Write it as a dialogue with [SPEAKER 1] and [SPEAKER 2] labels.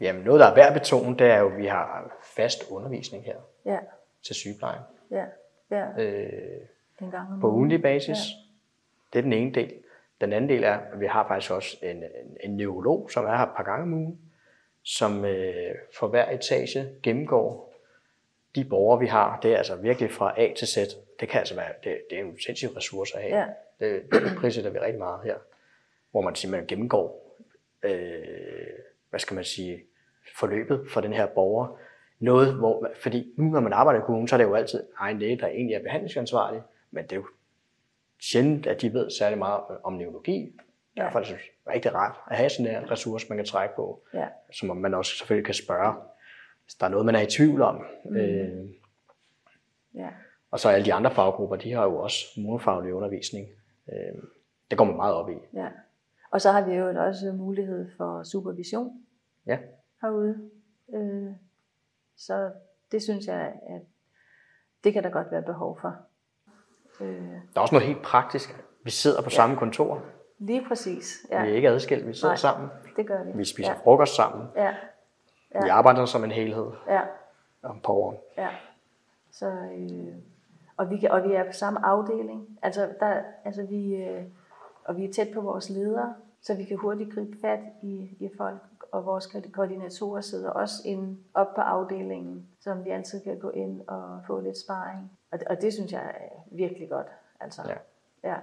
[SPEAKER 1] Jamen noget, der er værd at betone, det er jo, at vi har fast undervisning her
[SPEAKER 2] Ja,
[SPEAKER 1] til sygeplejen
[SPEAKER 2] ja, ja.
[SPEAKER 1] øh,
[SPEAKER 2] Den gang om
[SPEAKER 1] på
[SPEAKER 2] ugen.
[SPEAKER 1] ugentlig basis. Ja. Det er den ene del. Den anden del er, at vi har faktisk også en, en, en neurolog, som er her et par gange om ugen, som øh, for hver etage gennemgår de borgere, vi har. Det er altså virkelig fra A til Z. Det kan altså være, det, det er en sindssyg ressource at have.
[SPEAKER 2] Ja.
[SPEAKER 1] Det, det prissætter vi rigtig meget her. Hvor man simpelthen gennemgår, øh, hvad skal man sige, forløbet for den her borger. Noget, hvor, man- fordi nu når man arbejder i kommunen, så er det jo altid egen læge, der egentlig er behandlingsansvarlig, men det er jo sjældent, at de ved særlig meget om neurologi.
[SPEAKER 2] Ja.
[SPEAKER 1] Derfor er det synes jeg rigtig rart at have sådan en ressource, man kan trække på,
[SPEAKER 2] Ja,
[SPEAKER 1] som man også selvfølgelig kan spørge, hvis der er noget, man er i tvivl om. Mm. Øh,
[SPEAKER 2] ja,
[SPEAKER 1] og så alle de andre faggrupper, de har jo også monofaglig undervisning. Øh, det går man meget op i.
[SPEAKER 2] ja. Og så har vi jo også mulighed for supervision
[SPEAKER 1] Ja,
[SPEAKER 2] herude. Øh, så det synes jeg, at det kan der godt være behov for. Øh,
[SPEAKER 1] der er også noget helt praktisk. Vi sidder på ja. samme kontor.
[SPEAKER 2] lige præcis,
[SPEAKER 1] Ja. Vi er
[SPEAKER 2] ja,
[SPEAKER 1] ikke adskilt, vi sidder
[SPEAKER 2] Nej.
[SPEAKER 1] Nej. sammen.
[SPEAKER 2] det gør vi.
[SPEAKER 1] Vi spiser ja. frokost sammen.
[SPEAKER 2] Ja, ja,
[SPEAKER 1] Ja. Vi arbejder som en helhed
[SPEAKER 2] ja.
[SPEAKER 1] om påveren.
[SPEAKER 2] Ja. Så, øh, og, vi kan, og vi er på samme afdeling. Altså, der, altså vi, øh, og vi er tæt på vores ledere, så vi kan hurtigt gribe fat i, i folk. Og vores ko- koordinatorer sidder også inde op på afdelingen, som vi altid kan gå ind og få lidt sparring. Og, og det synes jeg er virkelig godt. Altså,
[SPEAKER 1] Ja.
[SPEAKER 2] ja.